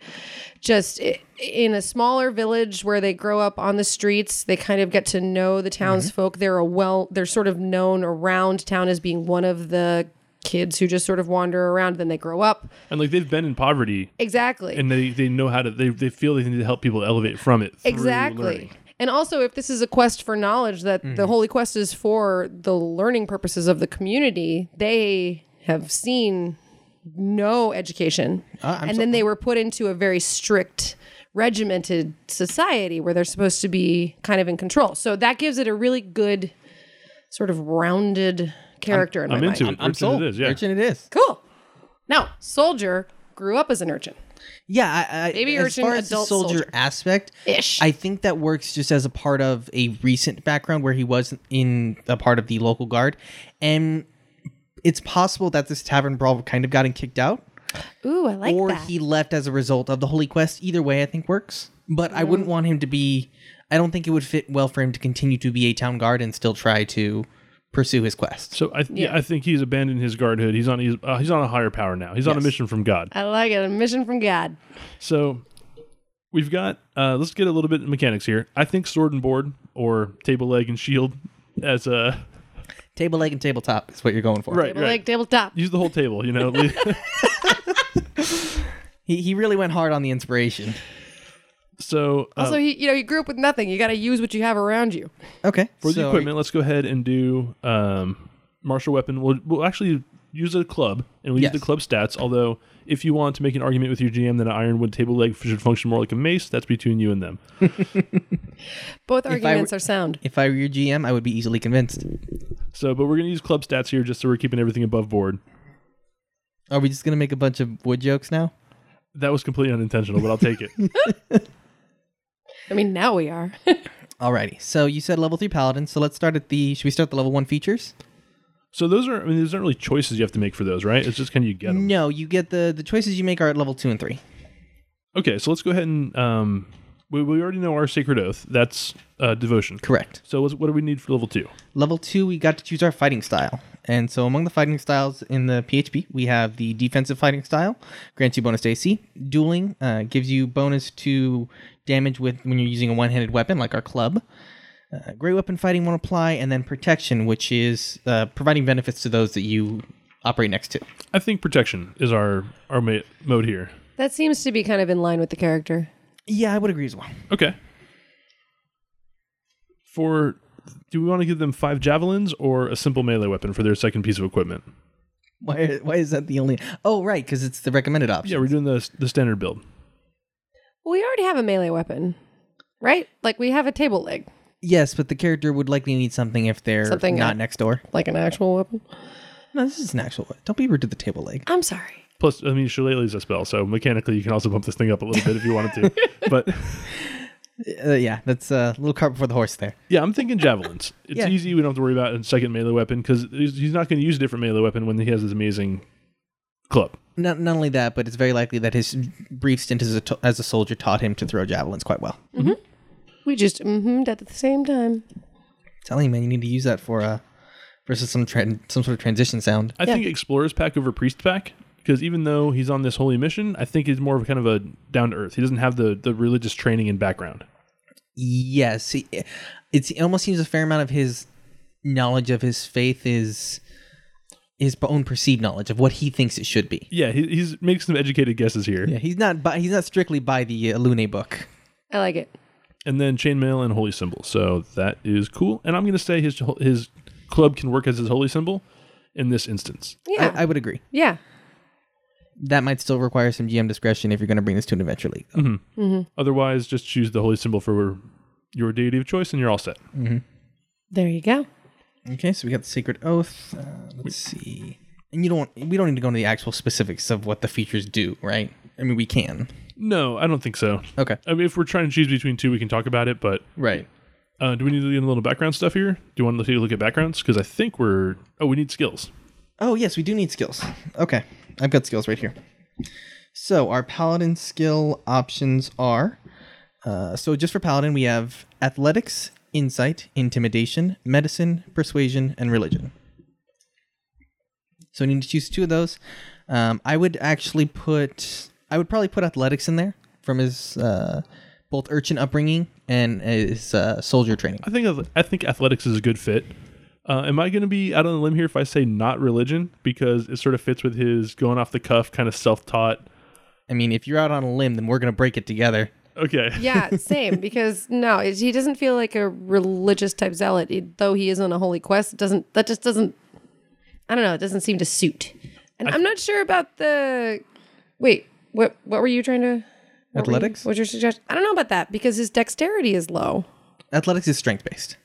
Speaker 3: just i- in a smaller village where they grow up on the streets, they kind of get to know the townsfolk. They're a well, they're sort of known around town as being one of the kids who just sort of wander around. Then they grow up.
Speaker 1: And like they've been in poverty
Speaker 3: Exactly.
Speaker 1: and they they know how to they they feel they need to help people elevate from it. through
Speaker 3: exactly
Speaker 1: learning. Mm-hmm.
Speaker 3: and also if this is a quest for knowledge that the holy quest is for the learning purposes of the community they have seen no education
Speaker 1: Ah,
Speaker 3: and then they were put into a very strict regimented society where they're supposed to be kind of in control so that gives it a really good sort of rounded character in
Speaker 1: I'm
Speaker 3: my
Speaker 1: into
Speaker 3: mind
Speaker 1: it. urchin
Speaker 2: sold.
Speaker 1: it is. Yeah.
Speaker 2: Urchin it is.
Speaker 3: cool now soldier grew up as an urchin
Speaker 2: Yeah, I, I,
Speaker 3: Maybe
Speaker 2: as
Speaker 3: urchin,
Speaker 2: far as the
Speaker 3: adult
Speaker 2: soldier,
Speaker 3: soldier.
Speaker 2: aspect,
Speaker 3: Ish.
Speaker 2: I think that works just as a part of a recent background where he was in a part of the local guard, and it's possible that this tavern brawl kind of got him kicked out,
Speaker 3: ooh i like
Speaker 2: or
Speaker 3: that
Speaker 2: he left as a result of the holy quest. Either way, I think works, but
Speaker 3: Mm-hmm.
Speaker 2: I wouldn't want him to be. I don't think it would fit well for him to continue to be a town guard and still try to pursue his quest.
Speaker 1: So I th- yeah. I think he's abandoned his guardhood. He's on he's, uh, he's on a higher power now. He's on a
Speaker 2: Yes.
Speaker 1: mission from God.
Speaker 3: i like it a mission from god
Speaker 1: So we've got uh let's get a little bit of mechanics here. I think sword and board or table leg and shield as a
Speaker 2: Table leg and tabletop is what you're going for.
Speaker 1: right
Speaker 3: table
Speaker 1: right.
Speaker 3: leg tabletop
Speaker 1: Use the whole table, you know.
Speaker 2: He, he really went hard on the inspiration.
Speaker 1: so uh,
Speaker 2: Um,
Speaker 3: Also, he you know he grew up with nothing. You got to use what you have around you.
Speaker 2: Okay.
Speaker 1: for the
Speaker 2: so-
Speaker 1: equipment, let's go ahead and do um martial weapon. We'll we'll actually use a club and we'll use
Speaker 2: Yes.
Speaker 1: the club stats, although if you want to make an argument with your GM then an ironwood table leg should function more like a mace, that's between you and them.
Speaker 3: Both
Speaker 2: I
Speaker 3: arguments
Speaker 2: were-
Speaker 3: are sound.
Speaker 2: If I were your GM, I would be easily convinced.
Speaker 1: So, but we're gonna use club stats here, just so we're keeping everything above board.
Speaker 2: Are we just gonna make a bunch of wood jokes now?
Speaker 1: That was completely unintentional, but I'll take it.
Speaker 3: I mean, now we are.
Speaker 2: Alrighty. So you said level three paladin. So let's start at the. Should we start the level one features?
Speaker 1: so those are, I mean, those aren't really choices you have to make for those, right? It's just kind of you get them.
Speaker 2: No, you get the the choices you make are at level two and three.
Speaker 1: Okay, so let's go ahead and um, we, we already know our sacred oath. That's uh, devotion.
Speaker 2: Correct.
Speaker 1: So let's, what do we need for level two?
Speaker 2: Level two, we got to choose our fighting style. And so among the fighting styles in the PHP, we have the defensive fighting style, grants you bonus to AC. Dueling uh, gives you bonus to damage with when you're using a one-handed weapon like our club. Uh, great weapon fighting won't apply, and then protection, which is uh, providing benefits to those that you operate next to.
Speaker 1: I think protection is our our ma- mode here.
Speaker 3: that seems to be kind of in line with the character.
Speaker 2: Yeah, I would agree as well.
Speaker 1: Okay. For do we want to give them five javelins or a simple melee weapon for their second piece of equipment?
Speaker 2: Why? Why is that the only? Oh, right, because it's the recommended
Speaker 1: Yeah,
Speaker 2: option.
Speaker 1: we're doing the the standard build.
Speaker 3: We already have a melee weapon, right? Like we have a table leg,
Speaker 2: Yes, but the character would likely need something if they're
Speaker 3: Something,
Speaker 2: not
Speaker 3: uh,
Speaker 2: next door.
Speaker 3: like an actual weapon.
Speaker 2: No, this is an actual. Don't be rude to the table leg.
Speaker 3: I'm sorry.
Speaker 1: Plus, I mean, Shillelagh is a spell, so mechanically you can also bump this thing up a little bit if you wanted to. But
Speaker 2: Uh, yeah, that's a little cart before the horse there.
Speaker 1: Yeah, I'm thinking javelins. It's
Speaker 2: Yeah.
Speaker 1: easy. We don't have to worry about a second melee weapon because he's he's not going to use a different melee weapon when he has his amazing club.
Speaker 2: Not, not only that, but it's very likely that his brief stint as a, t- as a soldier taught him to throw javelins quite well.
Speaker 3: We just mm-hmm at the same time.
Speaker 2: telling you, man, you need to use that for uh, versus some tran some sort of transition sound.
Speaker 1: I think explorer's pack over priest pack because even though he's on this holy mission, I think he's more of kind of a down to earth. He doesn't have the the religious training and background.
Speaker 2: Yes, he, it's, it almost seems a fair amount of his knowledge of his faith is his own perceived knowledge of what he thinks it should be.
Speaker 1: Yeah, he, he's making some educated guesses here.
Speaker 2: Yeah, he's not by, he's not strictly by the uh, Lune book.
Speaker 3: I like it.
Speaker 1: and then chainmail and holy symbol. So that is cool. And I'm going to say his his club can work as his holy symbol in this instance.
Speaker 3: Yeah.
Speaker 2: I, I would agree.
Speaker 3: yeah.
Speaker 2: That might still require some GM discretion if you're going to bring this to an adventure league. though.
Speaker 1: Otherwise, just choose the holy symbol for your deity of choice, and you're all set.
Speaker 3: There you go.
Speaker 2: Okay, so we got the sacred oath. Uh, let's see. And you don't want, we don't need to go into the actual specifics of what the features do, right? I mean, we can.
Speaker 1: No, I don't think so.
Speaker 2: Okay.
Speaker 1: I mean, if we're trying to choose between two, we can talk about it. But
Speaker 2: Right.
Speaker 1: uh, do we need to get a little background stuff here? Do you want to take a look at backgrounds? Because I think we're oh, we need skills.
Speaker 2: Oh, yes, we do need skills. Okay. I've got skills right here. So, our paladin skill options are uh, so just for paladin, we have athletics, insight, intimidation, medicine, persuasion, and religion. So, we need to choose two of those. Um, I would actually put, I would probably put athletics in there from his uh, both urchin upbringing and his uh, soldier training.
Speaker 1: I think I think athletics is a good fit. Uh, am I going to be out on a limb here if I say not religion because it sort of fits with his going off the cuff kind of self taught?
Speaker 2: I mean, if you're out on a limb, then we're going to break it together.
Speaker 1: Okay.
Speaker 3: Yeah, same. Because no, it, he doesn't feel like a religious type zealot, He- though he is on a holy quest. It doesn't that just doesn't? I don't know. It doesn't seem to suit. And I, am not sure about the. Wait, what? What were you trying to? what were you-
Speaker 2: Athletics?
Speaker 3: What's your suggestion? I don't know about that because his dexterity is low.
Speaker 2: Athletics is strength based.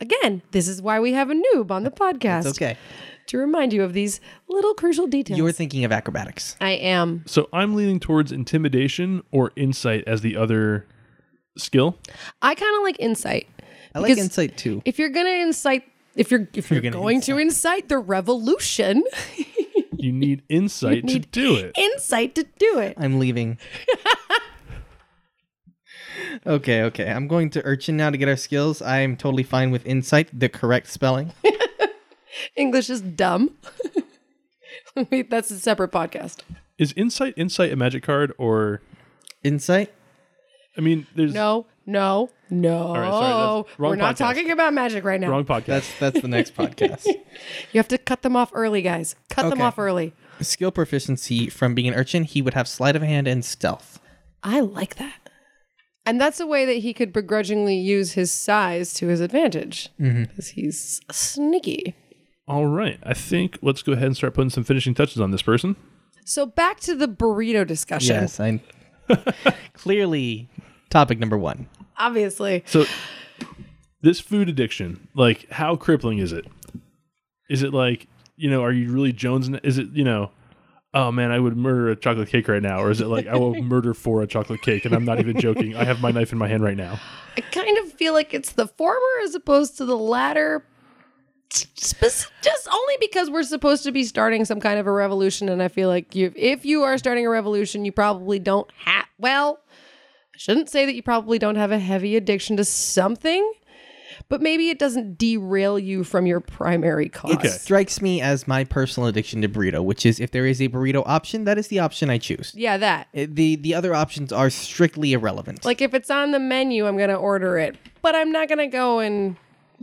Speaker 3: Again, this is why we have a noob on the podcast
Speaker 2: It's okay.
Speaker 3: to remind you of these little crucial details.
Speaker 2: You're thinking of acrobatics.
Speaker 3: I am.
Speaker 1: So I'm leaning towards intimidation or insight as the other skill.
Speaker 3: I kind of like insight.
Speaker 2: I like
Speaker 3: because-
Speaker 2: insight too.
Speaker 3: if you're gonna incite if you're if you're,
Speaker 2: gonna
Speaker 3: going to incite the revolution
Speaker 1: You need insight
Speaker 3: need-
Speaker 1: to do it.
Speaker 3: incite to do it
Speaker 2: I'm leaving. okay, okay. I'm going to urchin now to get our skills. I am totally fine with insight, the correct spelling.
Speaker 3: english is dumb Wait, that's a separate podcast
Speaker 1: Is insight insight a magic card or
Speaker 2: insight?
Speaker 1: I mean there's
Speaker 3: no no no
Speaker 1: right, sorry, that's- wrong
Speaker 3: we're not
Speaker 1: podcast.
Speaker 3: talking about magic right now
Speaker 1: wrong podcast.
Speaker 2: That's that's the next podcast.
Speaker 3: you have to cut them off early guys cut them
Speaker 2: Okay.
Speaker 3: off early
Speaker 2: Skill proficiency from being an urchin, he would have sleight of hand and stealth.
Speaker 3: i like that and that's a way that he could begrudgingly use his size to his advantage
Speaker 1: Mm-hmm.
Speaker 3: because he's sneaky
Speaker 1: All right. I think let's go ahead and start putting some finishing touches on this person.
Speaker 3: so back to the burrito discussion
Speaker 2: Yes, I clearly topic number one.
Speaker 3: obviously
Speaker 1: So this food addiction, like how crippling is it? Is it like, you know, are you really Jones is it, you know, oh man, I would murder a chocolate cake right now or is it like I will murder for a chocolate cake and I'm not even joking. I have my knife in my hand right now.
Speaker 3: I kind of feel like it's the former as opposed to the latter. Spec- Just only because we're supposed to be starting some kind of a revolution, and I feel like you, if you are starting a revolution, you probably don't have. Well, I shouldn't say that you probably don't have a heavy addiction to something, but maybe it doesn't derail you from your primary cause.
Speaker 1: Okay.
Speaker 2: Strikes me as my personal addiction to burrito, which is if there is a burrito option, that is the option I choose.
Speaker 3: Yeah, that.
Speaker 2: It- Eh, The the other options are strictly irrelevant.
Speaker 3: Like if it's on the menu, I'm gonna order it, but I'm not gonna go and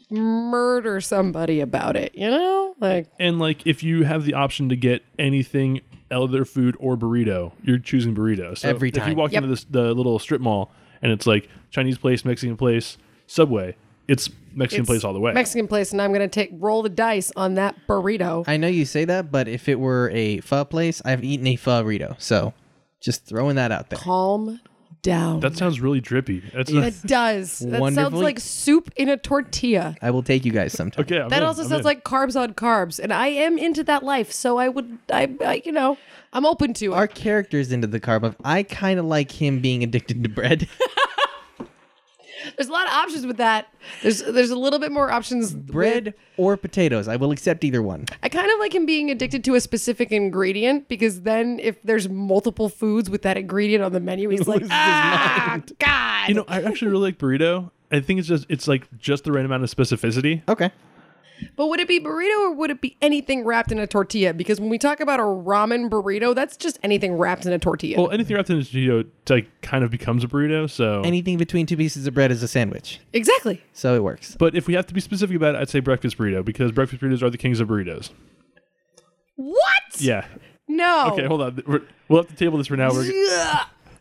Speaker 3: murder somebody about it. You know, like
Speaker 1: And like, if you have the option to get anything, other food or burrito, you're choosing burrito. So
Speaker 2: Every
Speaker 1: if you
Speaker 2: time.
Speaker 1: walk
Speaker 3: Yep.
Speaker 1: into this, the little strip mall and it's like Chinese place, Mexican place, Subway, it's Mexican place all the way.
Speaker 3: Mexican place, and I'm gonna take roll the dice on that burrito.
Speaker 2: I know you say that, but if it were a pho place, I've eaten a pho burrito. So just throwing that out there.
Speaker 3: Calm down.
Speaker 1: that sounds really drippy. That's
Speaker 3: that does. That sounds
Speaker 2: Wonderfully-
Speaker 3: like soup in a tortilla.
Speaker 2: I will take you guys sometime.
Speaker 1: okay. I'm
Speaker 3: That
Speaker 1: in,
Speaker 3: also
Speaker 1: I'm
Speaker 3: sounds
Speaker 1: in.
Speaker 3: like carbs on carbs, and I am into that life. So I would, I, I you know, I'm open to it.
Speaker 2: Our character's into the carb of I kind of like him being addicted to bread.
Speaker 3: There's a lot of options with that. There's there's a little bit more options. with-
Speaker 2: Bread or potatoes. I will accept either one.
Speaker 3: I kind of like him being addicted to a specific ingredient because then if there's multiple foods with that ingredient on the menu, he's like, ah, God.
Speaker 1: You know, I actually really like burrito. I think it's just it's like just the right amount of specificity.
Speaker 2: Okay.
Speaker 3: but would it be burrito or would it be anything wrapped in a tortilla? Because when we talk about a ramen burrito, that's just anything wrapped in a tortilla.
Speaker 1: Well, anything wrapped in a burrito like kind of becomes a burrito. So,
Speaker 2: Anything between two pieces of bread is a sandwich.
Speaker 3: exactly.
Speaker 2: So it works.
Speaker 1: but if we have to be specific about it, I'd say breakfast burrito because breakfast burritos are the kings of burritos.
Speaker 3: What?
Speaker 1: Yeah.
Speaker 3: No.
Speaker 1: Okay, hold on. We're, we'll have to table this for now. We're,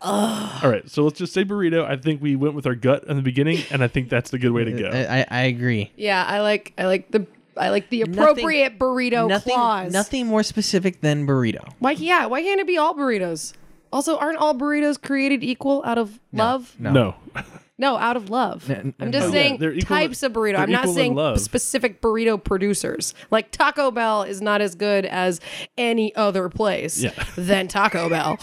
Speaker 3: Ugh.
Speaker 1: all right, so let's just say burrito. I think we went with our gut in the beginning, and I think that's the good way to go.
Speaker 2: I, I, I agree.
Speaker 3: Yeah, I like I like the I like the appropriate burrito
Speaker 2: nothing,
Speaker 3: clause.
Speaker 2: nothing more specific than burrito.
Speaker 3: Why yeah, why can't it be all burritos? Also, aren't all burritos created equal out of love?
Speaker 1: No.
Speaker 3: No, out of love.
Speaker 2: n-
Speaker 3: I'm just
Speaker 1: no. Yeah,
Speaker 3: saying
Speaker 1: they're equal-
Speaker 3: types of burrito.
Speaker 1: they're
Speaker 3: I'm not
Speaker 1: equal in
Speaker 3: saying
Speaker 1: love.
Speaker 3: specific burrito producers. Like Taco Bell is not as good as any other place
Speaker 1: Yeah.
Speaker 3: than Taco Bell.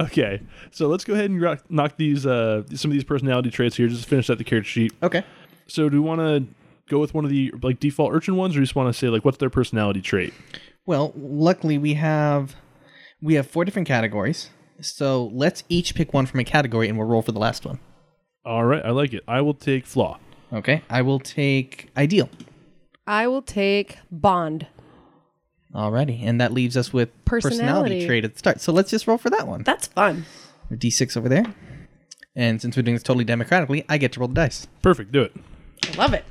Speaker 1: Okay, so let's go ahead and rock, knock these uh, some of these personality traits here. Just finish out the character sheet.
Speaker 2: Okay.
Speaker 1: So, do we want to go with one of the like default urchin ones, or just want to say like what's their personality trait?
Speaker 2: Well, luckily we have we have four different categories. So let's each pick one from a category and we'll roll for the last one.
Speaker 1: All right, I like it. I will take flaw.
Speaker 2: Okay. I will take ideal.
Speaker 3: I will take Bond.
Speaker 2: Alrighty. And that leaves us with
Speaker 3: Personality.
Speaker 2: personality trait at the start. So let's just roll for that one.
Speaker 3: That's fun.
Speaker 2: A D6 over there. And since we're doing this totally democratically, I get to roll the dice.
Speaker 1: Perfect. Do it.
Speaker 3: I love it.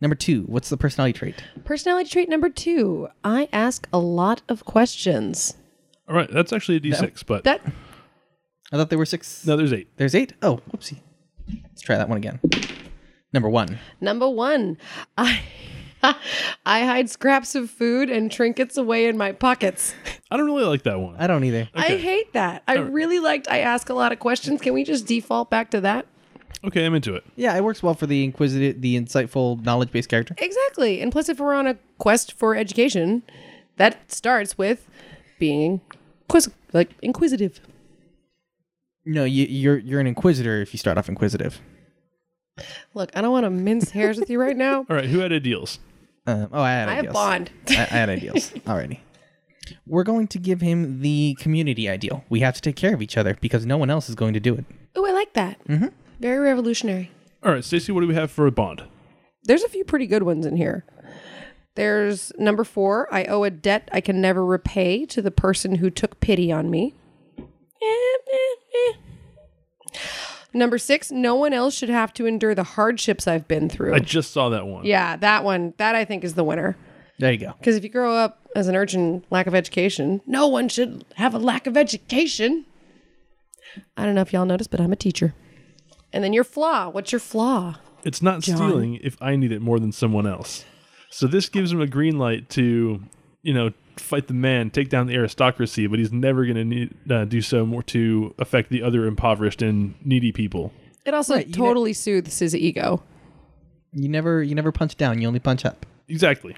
Speaker 2: Number two, what's the personality trait?
Speaker 3: Personality trait number two. I ask a lot of questions.
Speaker 1: All right, that's actually a D6, but
Speaker 3: That
Speaker 2: I thought there were six.
Speaker 1: no, there's eight.
Speaker 2: There's eight. Oh, whoopsie. Let's try that one again. Number one.
Speaker 3: Number one, I I hide scraps of food and trinkets away in my pockets.
Speaker 1: I don't really like that one.
Speaker 2: I don't either.
Speaker 3: I hate that. I really liked I ask a lot of questions. Can we just default back to that?
Speaker 1: Okay, I'm into it.
Speaker 2: Yeah, it works well for the inquisitive, the insightful, knowledge-based character.
Speaker 3: Exactly. And plus if we're on a quest for education, that starts with being quiz- like inquisitive.
Speaker 2: No, you, you're you're an inquisitor if you start off inquisitive.
Speaker 3: Look, I don't want to mince hairs with you right now.
Speaker 1: All right, who had ideals?
Speaker 2: Um, oh, I had
Speaker 3: I
Speaker 2: ideals.
Speaker 3: have bond.
Speaker 2: I, I had ideals already. We're going to give him the community ideal. We have to take care of each other because no one else is going to do it.
Speaker 3: Oh, I like that. Mm-hmm. Very revolutionary.
Speaker 1: All right, Stacey, what do we have for a bond?
Speaker 3: There's a few pretty good ones in here. There's number four. I owe a debt I can never repay to the person who took pity on me. Eh, eh, eh. Number six. No one else should have to endure the hardships I've been through.
Speaker 1: I just saw that one.
Speaker 3: yeah, that one. That I think is the winner.
Speaker 2: There you go.
Speaker 3: Because if you grow up as an urchin, lack of education, no one should have a lack of education. I don't know if y'all noticed, but I'm a teacher. And then your flaw. What's your flaw?
Speaker 1: It's not stealing if I need it more than someone else. So this gives him a green light to, you know, fight the man, take down the aristocracy, but he's never going to need uh, do so more to affect the other impoverished and needy people.
Speaker 3: It also
Speaker 2: Right, you know-
Speaker 3: totally soothes his ego.
Speaker 2: You never you never punch down. You only punch up.
Speaker 1: Exactly.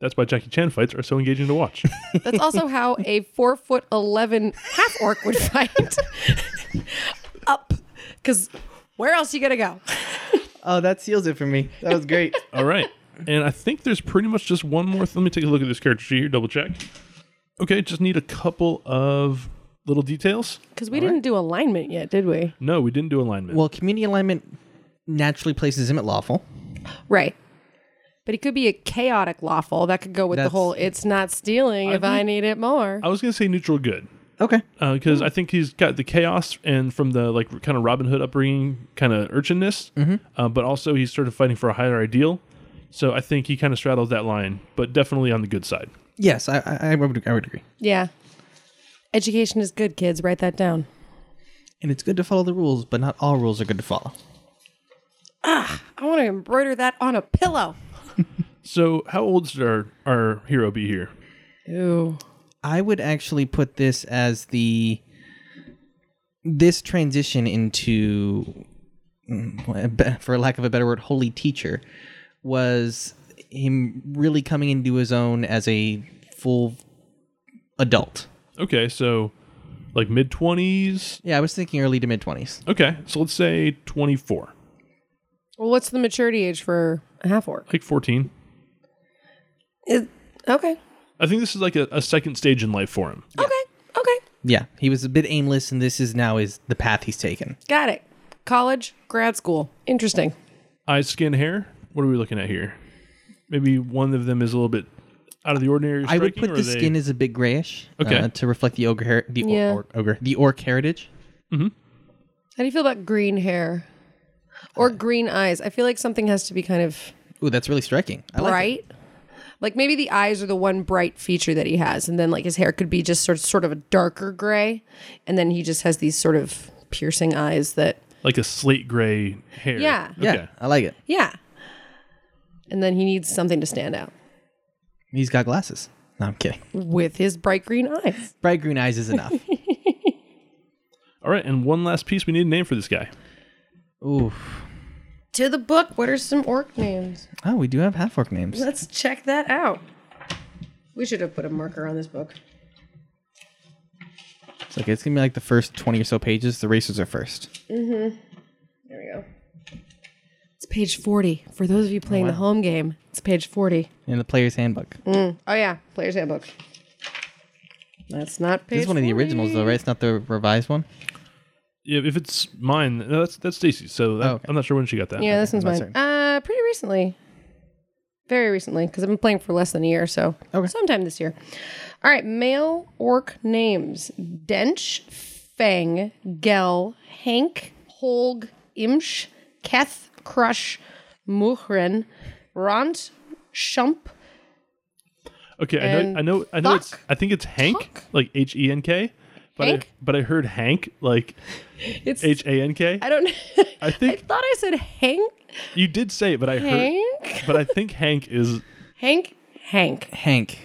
Speaker 1: That's why Jackie Chan fights are so engaging to watch.
Speaker 3: That's also how a four foot eleven half orc would fight up, because where else you gonna go?
Speaker 2: Oh, that seals it for me. That was great.
Speaker 1: All right. And I think there's pretty much just one more. Th- Let me take a look at this character sheet here, double check. Okay, just need a couple of little details.
Speaker 3: Because we didn't do alignment yet, did we?
Speaker 1: No, we didn't do alignment.
Speaker 2: well, community alignment naturally places him at lawful.
Speaker 3: Right. But it could be a chaotic lawful that could go with the
Speaker 2: That's-
Speaker 3: whole "it's not stealing if I need it more."
Speaker 1: I was going to say neutral good.
Speaker 2: Okay. Hmm.
Speaker 1: because Uh, I think he's got the chaos and from the like kind of Robin Hood upbringing, kind of urchinness,
Speaker 2: Mm-hmm.
Speaker 1: uh, but also he's sort of fighting for a higher ideal. So I think he kind of straddles that line, but definitely on the good side.
Speaker 2: Yes, I I, I would I would agree.
Speaker 3: Yeah. Education is good, kids. Write that down.
Speaker 2: And it's good to follow the rules, but not all rules are good to follow.
Speaker 3: I want to embroider that on a pillow.
Speaker 1: So how old should our our hero be here?
Speaker 3: Ew.
Speaker 2: I would actually put this as the this transition into mm, for lack of a better word holy teacher was him really coming into his own as a full adult.
Speaker 1: Okay, so Like mid 20s?
Speaker 2: Yeah, I was thinking early to mid 20s.
Speaker 1: Okay, so let's say 24,
Speaker 3: Well, what's the maturity age for a half orc?
Speaker 1: like 14.
Speaker 3: Is- okay.
Speaker 1: I think this is like a, a second stage in life for him.
Speaker 3: Okay. Okay.
Speaker 2: Yeah, he was a bit aimless, and this is now is the path he's taken.
Speaker 3: Got it. College, grad school. Interesting.
Speaker 1: Eyes, skin, hair? What are we looking at here? Maybe one of them is a little bit out of the ordinary.
Speaker 2: I would
Speaker 1: striking,
Speaker 2: put
Speaker 1: or
Speaker 2: the
Speaker 1: they-
Speaker 2: skin as a bit grayish,
Speaker 1: Okay.
Speaker 2: uh, to reflect the ogre, her- the or-
Speaker 3: Yeah.
Speaker 2: or- ogre, the orc heritage.
Speaker 3: How do you feel about green hair or green eyes? I feel like something has to be kind of
Speaker 2: Ooh, that's really striking. I like it.
Speaker 3: bright. Like maybe the eyes are the one bright feature that he has, and then like his hair could be just sort sort of a darker gray, and then he just has these sort of piercing eyes that
Speaker 1: Like a slate gray hair.
Speaker 3: Yeah.
Speaker 1: Okay.
Speaker 2: Yeah, I like it.
Speaker 3: yeah. And then he needs something to stand out
Speaker 2: He's got glasses. No, I'm kidding.
Speaker 3: with his bright green eyes.
Speaker 2: Bright green eyes is enough.
Speaker 1: All right, and one last piece. We need a name for this guy.
Speaker 2: Ooh.
Speaker 3: To the book. What are some orc names?
Speaker 2: Oh, we do have half orc names.
Speaker 3: Let's check that out. We should have put a marker on this book.
Speaker 2: It's like it's gonna be like the first twenty or so pages. The racers are first.
Speaker 3: There we go. It's page 40. For those of you
Speaker 2: Oh,
Speaker 3: playing the home game, it's page 40.
Speaker 2: In the player's handbook.
Speaker 3: Oh yeah, Player's Handbook. That's not page.
Speaker 2: This is one of the
Speaker 3: 40.
Speaker 2: originals though, right? It's not the revised one.
Speaker 1: Yeah, If it's mine, no, that's that's Stacy's. So that,
Speaker 2: Oh, okay.
Speaker 1: I'm not sure when she got that.
Speaker 3: Yeah, this one's
Speaker 2: I'm not
Speaker 3: mine.
Speaker 2: certain.
Speaker 3: Uh, pretty recently, very recently, because I've been playing for less than a year, so
Speaker 2: Okay.
Speaker 3: sometime this year. All right, male orc names: Dench, Fang, Gel, Hank, Holg, Imsh, Keth, Crush, Muhren, Ront, Shump,
Speaker 1: Okay,
Speaker 3: And
Speaker 1: I know, I know, I know. It's
Speaker 3: fuck.
Speaker 1: I think it's Hank,
Speaker 3: Fuck.
Speaker 1: like H E N K. But I,
Speaker 3: Hank?
Speaker 1: but I heard Hank, like
Speaker 3: It's
Speaker 1: H A N K.
Speaker 3: I don't.
Speaker 1: I
Speaker 3: I
Speaker 1: think
Speaker 3: thought I said Hank.
Speaker 1: you did say it, but I heard.
Speaker 3: Hank.
Speaker 1: But I think Hank is
Speaker 3: Hank. Hank.
Speaker 2: Hank.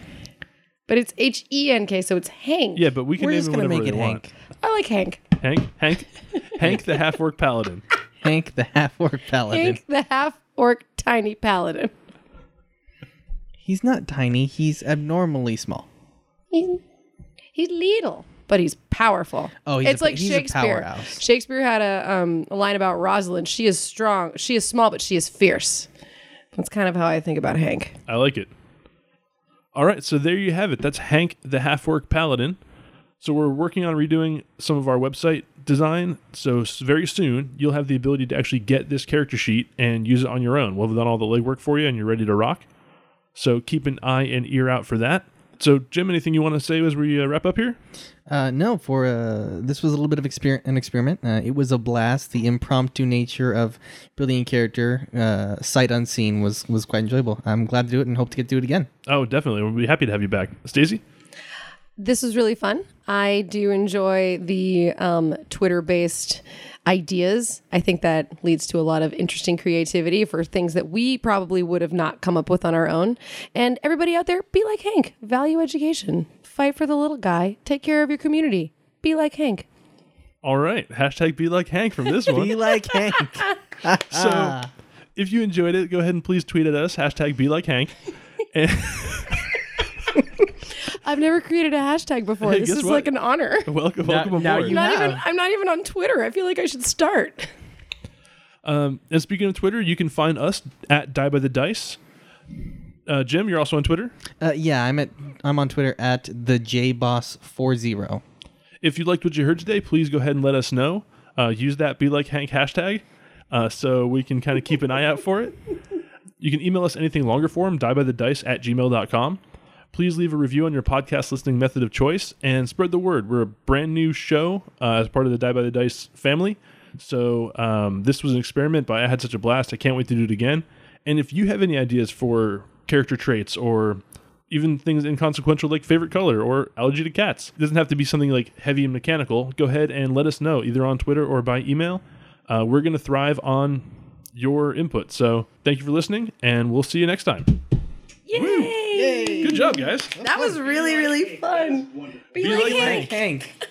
Speaker 3: But it's H E N K, so it's Hank.
Speaker 1: yeah. But we can
Speaker 2: We're
Speaker 1: name
Speaker 2: just
Speaker 1: him
Speaker 2: gonna
Speaker 1: whatever
Speaker 2: make it
Speaker 1: we
Speaker 2: Hank.
Speaker 3: I like Hank.
Speaker 1: want. Hank, Hank, Hank, the half orc paladin.
Speaker 2: Hank the half orc paladin.
Speaker 3: Hank, the half orc tiny paladin.
Speaker 2: He's not tiny. He's abnormally small.
Speaker 3: He's, he's little, but he's powerful.
Speaker 2: Oh, he's
Speaker 3: it's
Speaker 2: a-
Speaker 3: like
Speaker 2: he's a
Speaker 3: Shakespeare.
Speaker 2: powerhouse.
Speaker 3: Shakespeare had a, um, a line about Rosalind. She is strong. She is small, but she is fierce. That's kind of how I think about Hank.
Speaker 1: I like it. All right, so there you have it. That's Hank the Half Orc Paladin. So we're working on redoing some of our website design. So s- very soon you'll have the ability to actually get this character sheet and use it on your own. We'll have done all the legwork for you, and you're ready to rock. So keep an eye and ear out for that. So Jim, anything you want to say as we uh, wrap up here?
Speaker 2: Uh, no, for uh, this was a little bit of exper- an experiment. Uh, it was a blast. The impromptu nature of brilliant character, uh, sight unseen, was was quite enjoyable. I'm glad to do it and hope to get to do it again.
Speaker 1: Oh, definitely. We'll be happy to have you back, Stacey.
Speaker 3: this was really fun. I do enjoy the um, Twitter based ideas. I think that leads to a lot of interesting creativity for things that we probably would have not come up with on our own. And everybody out there, be like Hank. Value education. Fight for the little guy. Take care of your community. Be like Hank.
Speaker 1: All right. Hashtag be like Hank from this one.
Speaker 2: Be like ah. Hank.
Speaker 1: So if you enjoyed it, go ahead and please tweet at us. Hashtag be like Hank.
Speaker 3: I've never created a hashtag before.
Speaker 1: Hey,
Speaker 3: this
Speaker 1: guess
Speaker 3: is
Speaker 1: what?
Speaker 3: like an honor.
Speaker 1: Welcome,
Speaker 2: Now-
Speaker 1: welcome
Speaker 2: now
Speaker 1: aboard.
Speaker 2: you
Speaker 3: Not
Speaker 2: have.
Speaker 3: even I'm not even on Twitter. I feel like I should start.
Speaker 1: Um, and speaking of Twitter, you can find us at Die by the Dice. Uh, Jim, you're also on Twitter.
Speaker 2: Uh, yeah, I'm at I'm on Twitter at the JBoss four zero.
Speaker 1: If you liked what you heard today, please go ahead and let us know. Uh, use that Be Like Hank hashtag uh, so we can kind of keep an eye out for it. You can email us anything longer form, diebythedice at gmail.com. Please leave a review on your podcast listening method of choice and spread the word. We're a brand new show uh, as part of the Die by the Dice family. So um, this was an experiment, but I had such a blast. I can't wait to do it again. And if you have any ideas for character traits or even things inconsequential like favorite color or allergy to cats, it doesn't have to be something like heavy and mechanical. Go ahead and let us know either on Twitter or by email. Uh, we're going to thrive on your input. So thank you for listening, and we'll see you next time.
Speaker 3: Yay!
Speaker 1: Good job, guys.
Speaker 3: That was really, really fun. Be, like, Hank.
Speaker 2: Hank.